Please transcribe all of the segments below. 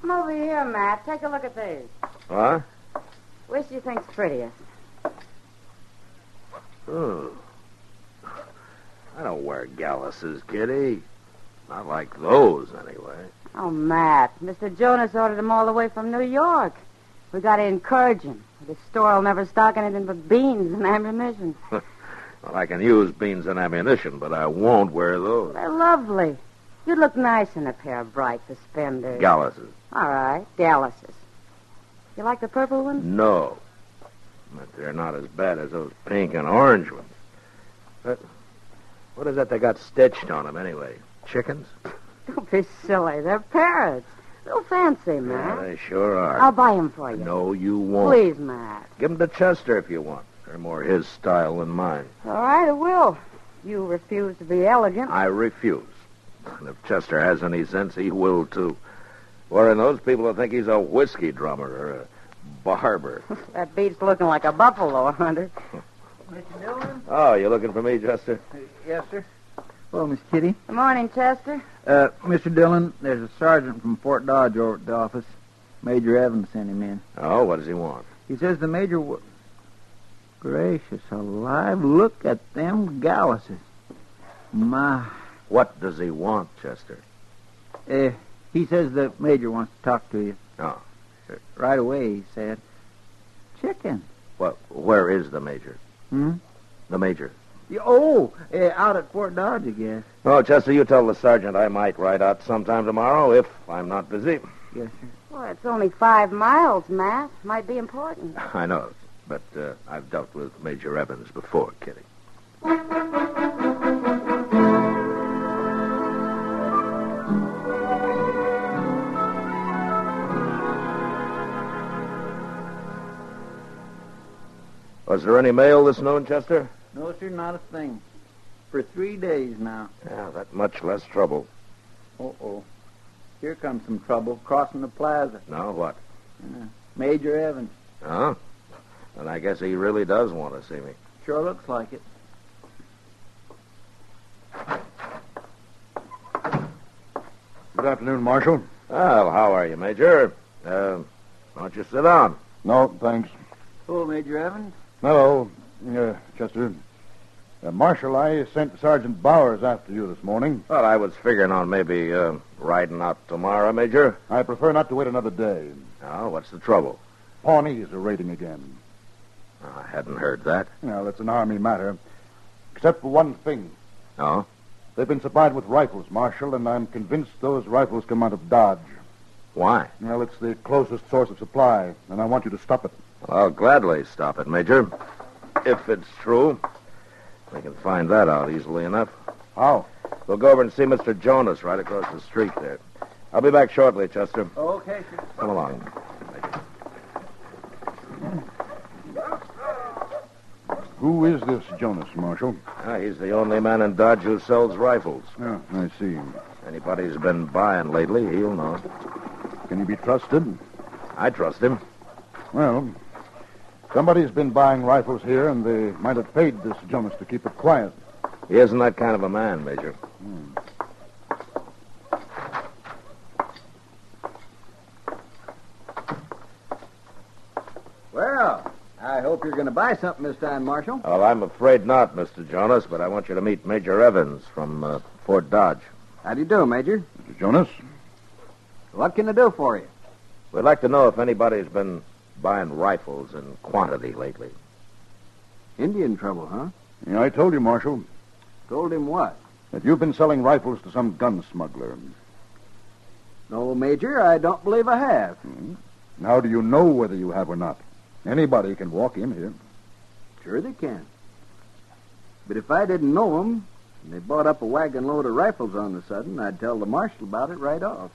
Come over here, Matt. Take a look at these. Huh? Which do you think's prettiest? Oh. I don't wear galluses, Kitty. Not like those, anyway. Oh, Matt, Mr. Jonas ordered them all the way from New York. We got to encourage him. The store'll never stock anything but beans and ammunition. Well, I can use beans and ammunition, but I won't wear those. They're lovely. You'd look nice in a pair of bright suspenders. Galluses. all right, Dallas's. You like the purple ones? No. But they're not as bad as those pink and orange ones. But what is that they got stitched on them, anyway? Chickens? Don't be silly. They're parrots. Real fancy, Yeah, Matt. they sure are. I'll buy 'em for you. No, you won't. Please, Matt. Give them to Chester if you want. They're more his style than mine. All right, I will. You refuse to be elegant. I refuse. And if Chester has any sense, he will, too. Wherein those people who think he's a whiskey drummer or a barber. That beats looking like a buffalo hunter. Oh, you looking for me, Chester? Yes, sir. Hello, Miss Kitty. Good morning, Chester. Uh, Mr. Dillon, there's a sergeant from Fort Dodge over at the office. Major Evans sent him in. Oh, what does he want? He says the major. W- Gracious alive, look at them galluses. My. What does he want, Chester? Eh, he says the major wants to talk to you. Uh, Oh. Right away, he said. Chicken. What? Where is the major? Hmm? The major. Y- Oh, eh, out at Fort Dodge, I guess. Oh, Chester, you tell the sergeant I might ride out sometime tomorrow if I'm not busy. Yes, sir. Well, it's only five miles, Matt. Might be important. I know, but uh, I've dealt with Major Evans before, Kitty. Was there any mail this noon, Chester? No, sir, not a thing. For three days now. Yeah, that much less trouble. Uh-oh. Here comes some trouble crossing the plaza. Now what? Major Evans. Huh? And I guess he really does want to see me. Sure looks like it. Good afternoon, Marshal. Well, how are you, Major? Uh, why don't you sit down? No, thanks. Hello, Major Evans. Hello, uh, Chester. Uh, Marshal, I sent Sergeant Bowers after you this morning. Well, I was figuring on maybe uh, riding out tomorrow, Major. I prefer not to wait another day. Now, what's the trouble? Pawnees are raiding again. I hadn't heard that. Now, that's an army matter. Except for one thing. No? They've been supplied with rifles, Marshal, and I'm convinced those rifles come out of Dodge. Why? Well, it's the closest source of supply, and I want you to stop it. Well, I'll gladly stop it, Major. If it's true. We can find that out easily enough. How? We'll go over and see Mr. Jonas right across the street there. I'll be back shortly, Chester. Okay, sir. Come along. Who is this Jonas, Marshal? Ah, he's the only man in Dodge who sells rifles. Oh, I see. Anybody who's been buying lately, he'll know. Can he be trusted? I trust him. Well, somebody's been buying rifles here, and they might have paid this Jonas to keep it quiet. He isn't that kind of a man, Major. hope you're going to buy something this time, Marshal. Well, I'm afraid not, Mr. Jonas, but I want you to meet Major Evans from uh, Fort Dodge. How do you do, Major? Mr. Jonas? What can I do for you? We'd like to know if anybody's been buying rifles in quantity lately. Indian trouble, huh? You know, I told you, Marshal, Told him what? that you've been selling rifles to some gun smuggler. No, Major, I don't believe I have. And how do you know whether you have or not? Anybody can walk in here. Sure they can. But if I didn't know 'em, and they bought up a wagon load of rifles on the sudden, I'd tell the marshal about it right off.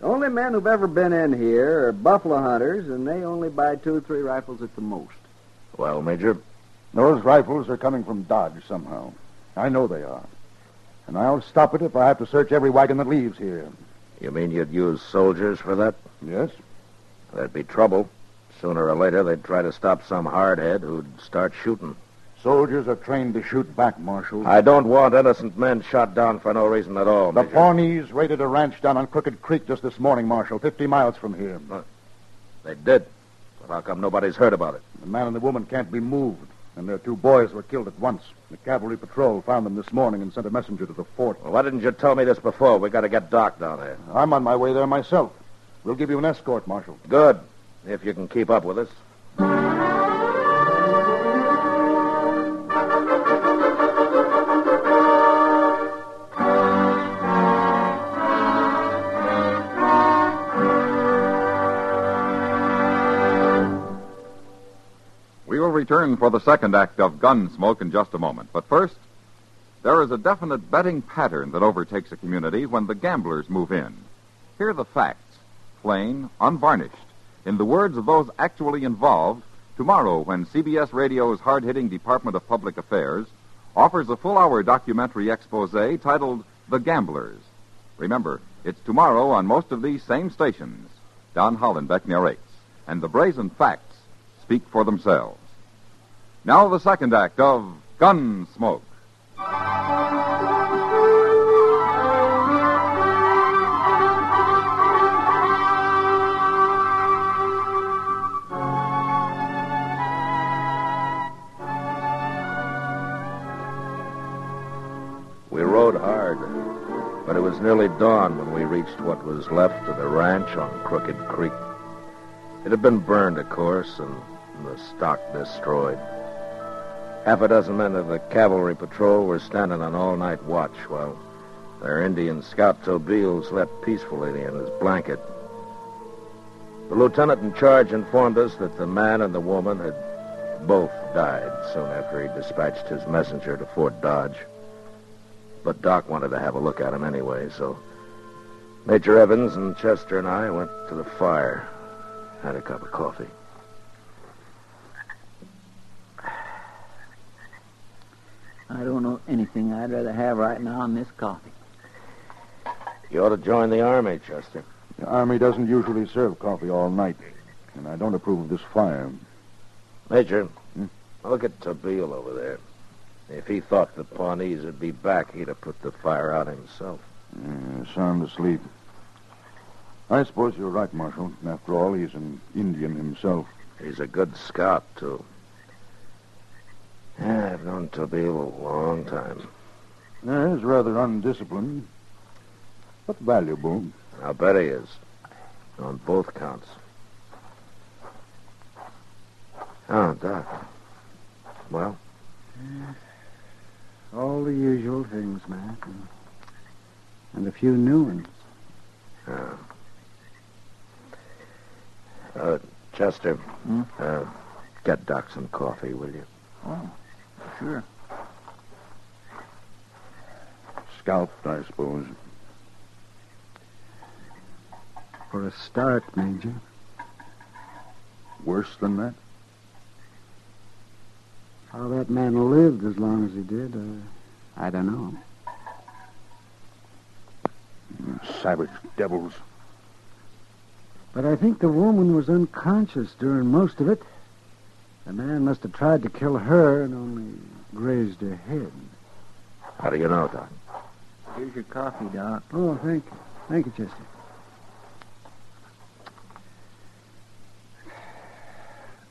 The only men who've ever been in here are buffalo hunters, and they only buy two or three rifles at the most. Well, Major, Those rifles are coming from Dodge somehow. I know they are. And I'll stop it if I have to search every wagon that leaves here. you mean you'd use soldiers for that? Yes? There'd be trouble. Sooner or later, they'd try to stop some hardhead who'd start shooting. Soldiers are trained to shoot back, Marshal. I don't want innocent men shot down for no reason at all, the Major. Pawnees raided a ranch down on Crooked Creek just this morning, Marshal, 50 miles from here. They did. But how come nobody's heard about it? The man and the woman can't be moved, and their two boys were killed at once. The cavalry patrol found them this morning and sent a messenger to the fort. Well, why didn't you tell me this before? We got to get Doc down there. I'm on my way there myself. We'll give you an escort, Marshal. Good. If you can keep up with us. We will return for the second act of Gunsmoke in just a moment. But first, there is a definite betting pattern that overtakes a community when the gamblers move in. Hear the facts, plain, unvarnished, in the words of those actually involved, tomorrow when CBS Radio's hard hitting Department of Public Affairs offers a full hour documentary expose titled The Gamblers. Remember, it's tomorrow on most of these same stations. Don Hollenbeck narrates, and the brazen facts speak for themselves. Now the second act of Gunsmoke. We rode hard, but it was nearly dawn when we reached what was left of the ranch on Crooked Creek. It had been burned, of course, and the stock destroyed. Half a dozen men of the cavalry patrol were standing on all-night watch while their Indian scout Tobiel slept peacefully in his blanket. The lieutenant in charge informed us that the man and the woman had both died soon after he dispatched his messenger to Fort Dodge. But Doc wanted to have a look at him anyway, so Major Evans and Chester and I went to the fire, had a cup of coffee. I don't know anything I'd rather have right now than this coffee. You ought to join the army, Chester. The Army doesn't usually serve coffee all night, and I don't approve of this fire. Major, look at Tabeel over there. If he thought the Pawnees would be back, he'd have put the fire out himself. Uh, sound asleep. I suppose you're right, Marshal. After all, he's an Indian himself. He's a good scout, too. Yeah, I've known Tabeel a long time. Yeah, Uh, he's rather undisciplined, but valuable. I'll bet he is. On both counts. Oh, Doc. Well? All the usual things, Mac. and- And a few new ones. Chester, Hmm? uh, get Doc some coffee, will you? Sure. Scalped, I suppose. For a start, Major. Worse than that? How that man lived as long as he did, uh, I don't know. Savage devils. But I think the woman was unconscious during most of it. The man must have tried to kill her and only grazed her head. How do you know, Doc? Here's your coffee, Doc. Oh, thank you. Thank you, Chester.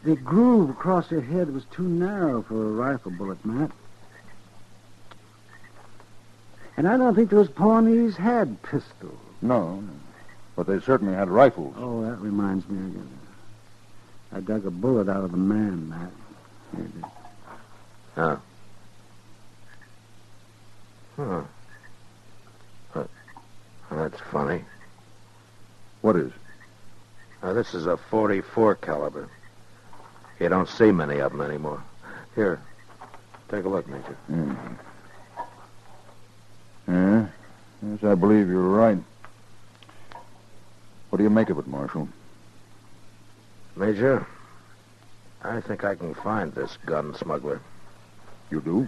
The groove across her head was too narrow for a rifle bullet, Matt. And I don't think those Pawnees had pistols. No, no. But they certainly had rifles. Oh, that reminds me again. I dug a bullet out of the man, Matt. Here it is. Huh. Huh. Oh, That's funny. What is? Now, this is a 44 caliber. You don't see many of them anymore. Here, take a look, Major. Yeah. Uh, Yes, I believe you're right. What do you make of it, Marshal? Major, I think I can find this gun smuggler. You do?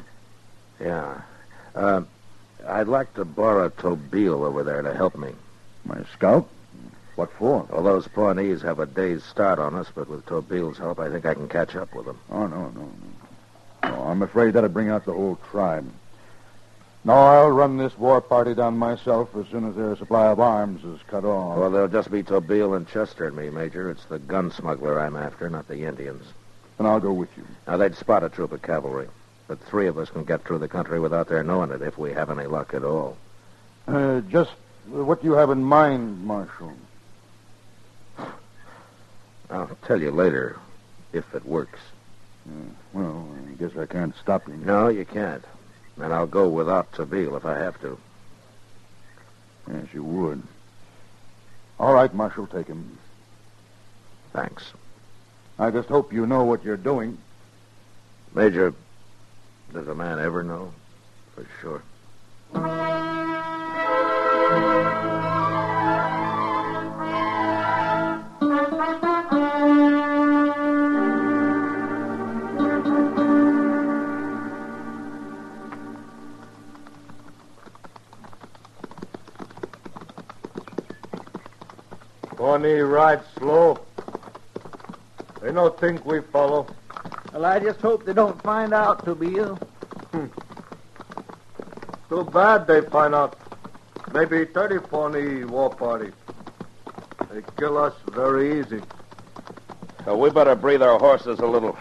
Yeah. Uh, I'd like to borrow Tobiel over there to help me. My scout? What for? Well, those Pawnees have a day's start on us, but with Tobiel's help, I think I can catch up with them. Oh, no, no, no. No, I'm afraid that'd bring out the whole tribe. No, I'll run this war party down myself as soon as their supply of arms is cut off. Well, there'll just be Tobiel and Chester and me, Major. It's the gun smuggler I'm after, not the Indians. then I'll go with you. Now, they'd spot a troop of cavalry, but three of us can get through the country without their knowing it if we have any luck at all. Uh, just uh, what do you have in mind, Marshal? I'll tell you later if it works. Well, I guess I can't stop you. No, you can't. And I'll go without Tobiel if I have to. Yes, you would. All right, Marshal, take him. Thanks. I just hope you know what you're doing. Major, does a man ever know? For sure. Pawnee ride slow. They no think we follow. Well, I just hope they don't find out, Tobiel. Too bad they find out. Maybe 30 Pawnee war party. They kill us very easy. we better breathe our horses a little.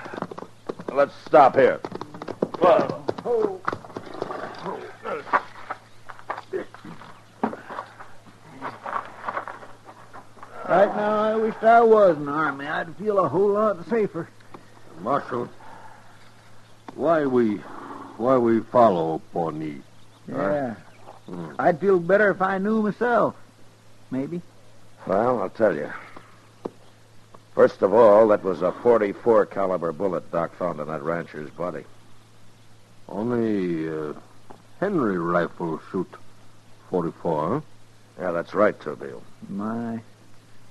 Let's stop here. Right now, I wished I was in the army. I'd feel a whole lot safer. Marshal, why we, why we follow Pawnee? Yeah. Hmm. I'd feel better if I knew myself. Maybe. Well, I'll tell you. First of all, that was a 44 caliber bullet Doc found in that rancher's body. Only uh, Henry rifle shoot 44. Yeah, that's right, Tobiel. My,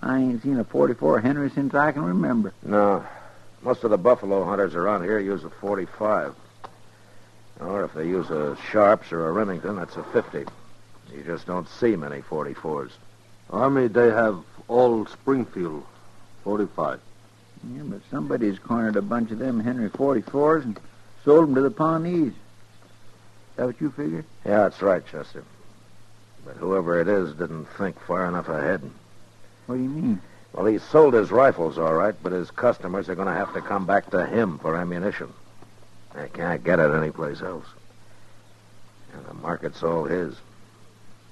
I ain't seen a 44 Henry since I can remember. No, most of the buffalo hunters around here use a 45. Or if they use a Sharps or a Remington, that's a 50. You just don't see many 44s. Army, they have all Springfield 45. Yeah, but somebody's cornered a bunch of them Henry 44s and sold 'em to the Pawnees. That what you figure? Yeah, that's right, Chester. But whoever it is didn't think far enough ahead. What do you mean? Well, he sold his rifles, all right, but his customers are going to have to come back to him for ammunition. They can't get it anyplace else. And the market's all his.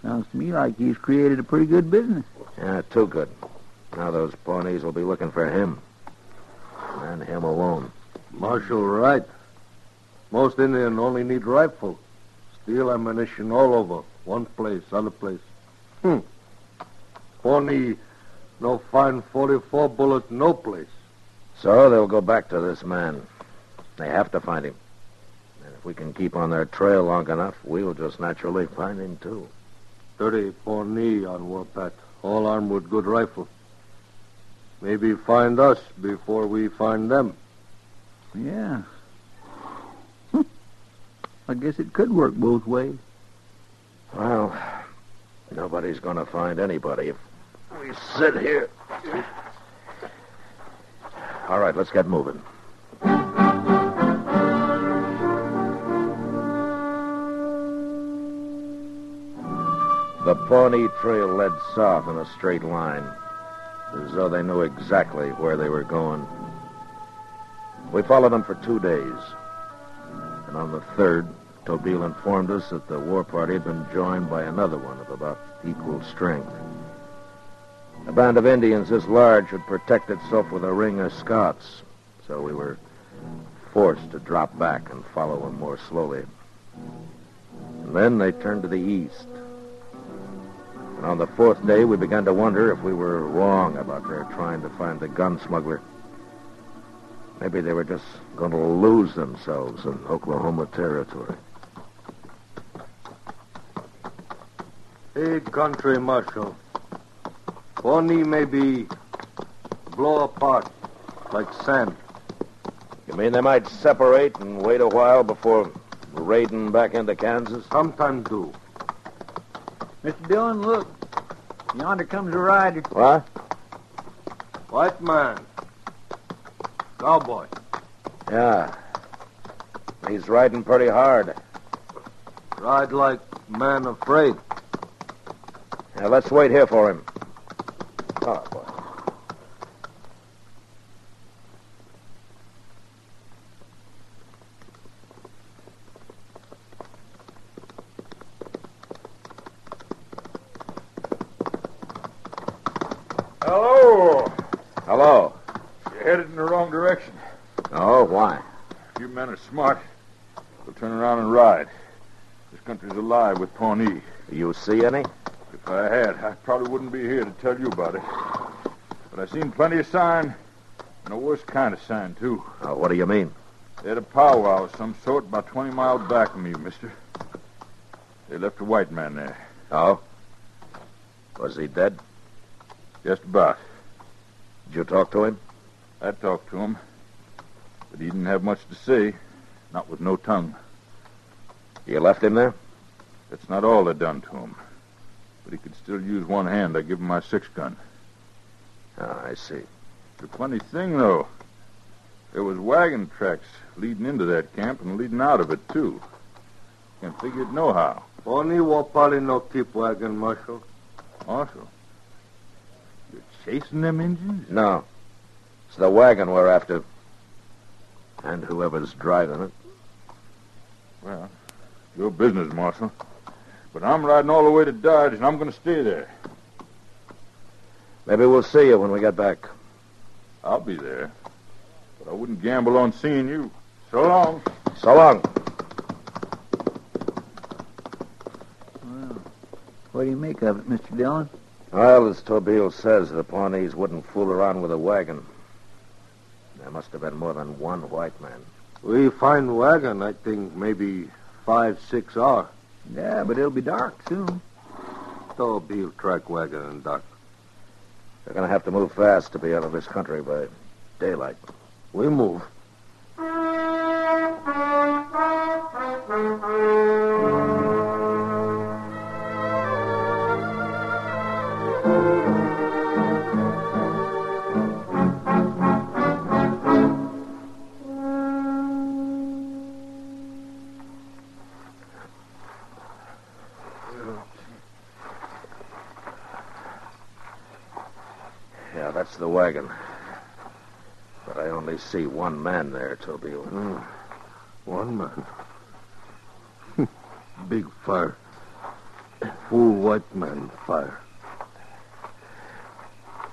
Sounds to me like he's created a pretty good business. Yeah, too good. Now those Pawnees will be looking for him. And him alone. Marshal, right. Most Indian only need rifle. Steel ammunition all over. One place, other place. Hmm. Pawnee, no fine 44 bullet, no place. So they'll go back to this man. They have to find him. And if we can keep on their trail long enough, we'll just naturally find him, too. 30 Pawnee on Warpath, all armed with good rifle. Maybe find us before we find them. Yeah. Hmm. I guess it could work both ways. Well, nobody's going to find anybody if we sit here. All right, let's get moving. The Pawnee Trail led south in a straight line, as though they knew exactly where they were going. We followed them for two days. And on the third, Tobiel informed us that the war party had been joined by another one of about equal strength. A band of Indians this large would protect itself with a ring of Scots, so we were forced to drop back and follow them more slowly. And then they turned to the east. And on the fourth day, we began to wonder if we were wrong about their trying to find the gun smuggler. Maybe they were just going to lose themselves in Oklahoma territory. Hey, country marshal. Pony may be blow apart like sand. You mean they might separate and wait a while before raiding back into Kansas? Sometime do. Mr. Dillon, look. Yonder comes a rider. What? White man. Cowboy. Yeah. He's riding pretty hard. Ride like man afraid. Now let's wait here for him. Oh, boy. Hello. Hello. You're headed in the wrong direction. Oh, why? You men are smart. We'll turn around and ride. This country's alive with Pawnee. You see any? If I had, I probably wouldn't be here to tell you about it. But I seen plenty of sign, and the worst kind of sign, too. Oh, what do you mean? They had a powwow of some sort about 20 miles back of me, mister. They left a white man there, Oh? Was he dead? just about. Did you talk to him? I talked to him, but he didn't have much to say, not with no tongue. You left him there? That's not all they done to him. But he could still use one hand. I give him my six gun. Oh, I see. The funny thing, though, there was wagon tracks leading into that camp and leading out of it, too. Can't figure it nohow. Pony wapali no keep wagon, marshal. Also, you're chasing them Indians? No. It's the wagon we're after. And whoever's driving it. Well, your business, Marshal. But I'm riding all the way to Dodge, and I'm going to stay there. Maybe we'll see you when we get back. I'll be there. But I wouldn't gamble on seeing you. So long. So long. What do you make of it, Mr. Dillon? Well, as Tobiel says, the Pawnees wouldn't fool around with a wagon. There must have been more than one white man. We find wagon, I think maybe five, six hour. Yeah, but it'll be dark soon. Tall Beal track wagon and dock. They're going to have to move fast to be out of this country by daylight. We move. Yeah, that's the wagon. But I only see one man there, Tobiel. Hmm. One man. Big fire. Full white man fire.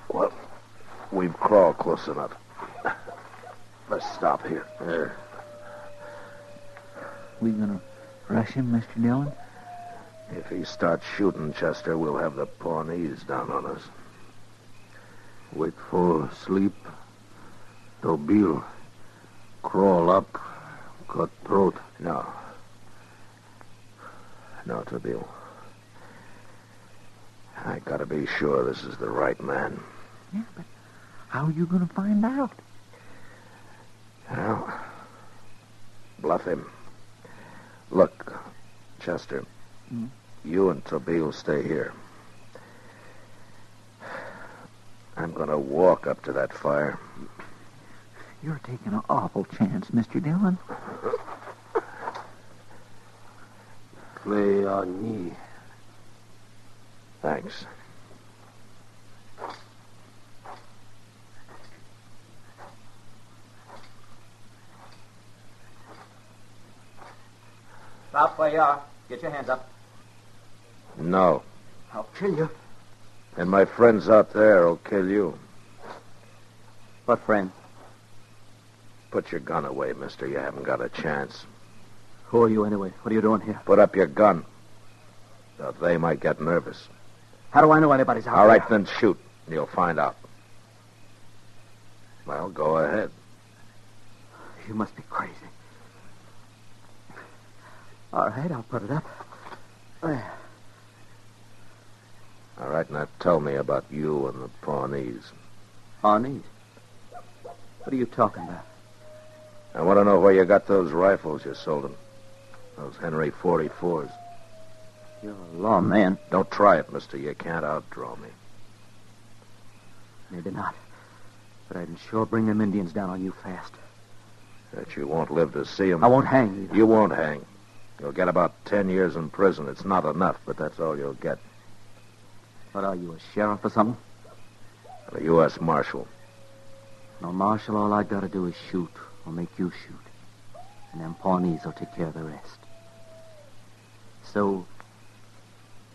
Well, we've crawled close enough. Let's stop here. There. We gonna rush him, Mr. Dillon? If he starts shooting, Chester, we'll have the Pawnees down on us. Wait for sleep. Tobil. Crawl up. Cut throat. No. No, Tobiel. I gotta be sure this is the right man. How are you gonna find out? Well, bluff him. Look, Chester, Hmm? you and Tobiel stay here. I'm gonna walk up to that fire. You're taking an awful chance, Mr. Dillon. Play on knee. Thanks. Up where you are. Get your hands up. No. I'll kill you. And my friends out there will kill you. What friend? Put your gun away, mister. You haven't got a chance. Who are you anyway? What are you doing here? Put up your gun. Now, they might get nervous. How do I know anybody's out All right, there? then shoot. and You'll find out. Well, go ahead. You must be crazy. All right, I'll put it up. There. All right, now tell me about you and the Pawnees. Arnie's. What are you talking about? I want to know where you got those rifles you sold 'em. Those Henry 44s. You're a law man. Don't try it, mister. You can't outdraw me. Maybe not. But I can sure bring them Indians down on you fast. That you won't live to see 'em. I won't hang you. You won't hang. You'll get about ten years in prison. It's not enough, but that's all you'll get. What are you, a sheriff or something? And A U.S. Marshal. No, Marshal, all I gotta do is shoot, or make you shoot. And them Pawnees will take care of the rest. So,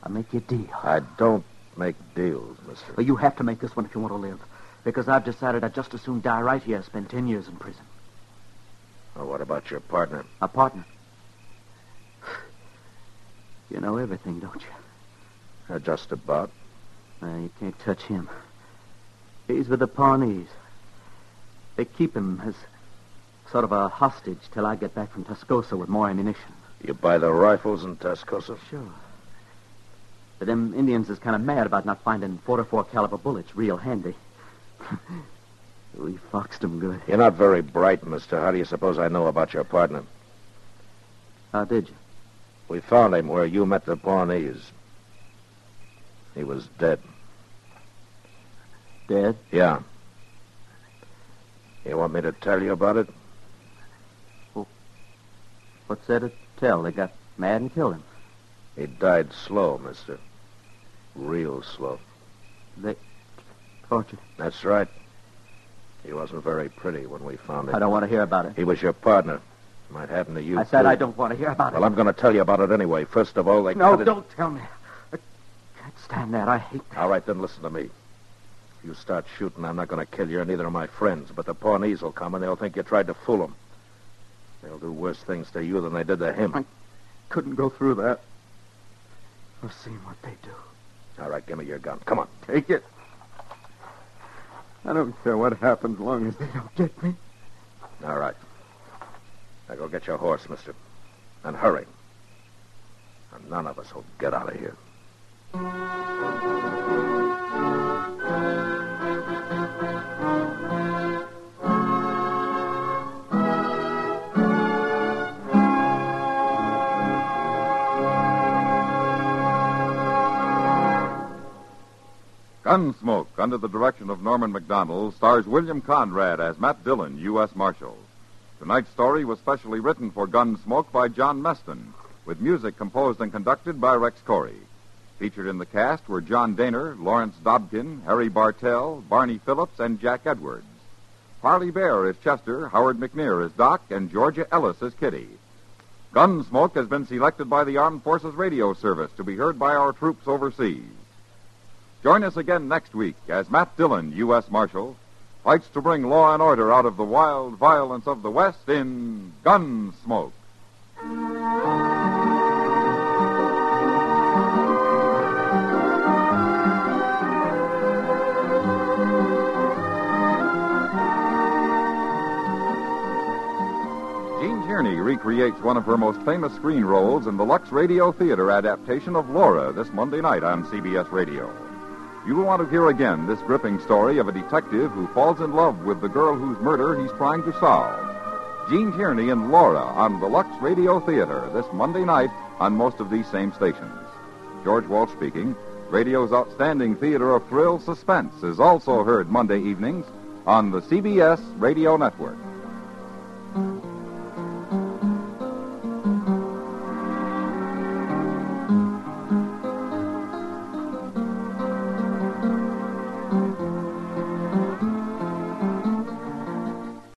I make you a deal. I don't make deals, mister. But you have to make this one if you want to live. Because I've decided I'd just as soon die right here as spend ten years in prison. Well, what about your partner? A partner. You know everything, don't you? Uh, just about. Uh, you can't touch him. He's with the Pawnees. They keep him as sort of a hostage till I get back from Tuscosa with more ammunition. You buy the rifles in Tuscosa? Sure. But them Indians is kind of mad about not finding 44 caliber bullets real handy. we foxed 'em good. You're not very bright, mister. How do you suppose I know about your partner? How did you? We found him where you met the Pawnees. He was dead. Dead? Yeah. You want me to tell you about it? What's there to tell? They got mad and killed him. He died slow, mister. Real slow. Tortured. That's right. He wasn't very pretty when we found him. I don't want to hear about it. He was your partner. Might happen to you. I said too. I don't want to hear about Well, I'm going to tell you about it anyway. First of all, they it. No, cut it- don't tell me. I can't stand that. I hate that. All right, then listen to me. If you start shooting, I'm not going to kill you or neither of my friends, but the Pawnees will come and they'll think you tried to fool them. They'll do worse things to you than they did to him. I- Couldn't go through that. I've seen what they do. All right, give me your gun. Come on. Take it. I don't care what happens long as They don't get me. All right. Now go get your horse, mister. And hurry. And none of us will get out of here. Gunsmoke, under the direction of Norman McDonald, stars William Conrad as Matt Dillon, U.S. Marshal. Tonight's story was specially written for Gunsmoke by John Meston, with music composed and conducted by Rex Corey. Featured in the cast were John Daner, Lawrence Dobkin, Harry Bartell, Barney Phillips, and Jack Edwards. Harley Bear is Chester, Howard McNear is Doc, and Georgia Ellis is Kitty. Gunsmoke has been selected by the Armed Forces Radio Service to be heard by our troops overseas. Join us again next week as Matt Dillon, U.S. Marshal, fights to bring law and order out of the wild violence of the West in Gunsmoke. Jean Tierney recreates one of her most famous screen roles in the Lux Radio Theater adaptation of Laura this Monday night on CBS Radio. You will want to hear again this gripping story of a detective who falls in love with the girl whose murder he's trying to solve. Gene Tierney and Laura on the Lux Radio Theater this Monday night on most of these same stations. George Walsh speaking. Radio's outstanding theater of thrill suspense is also heard Monday evenings on the CBS Radio Network.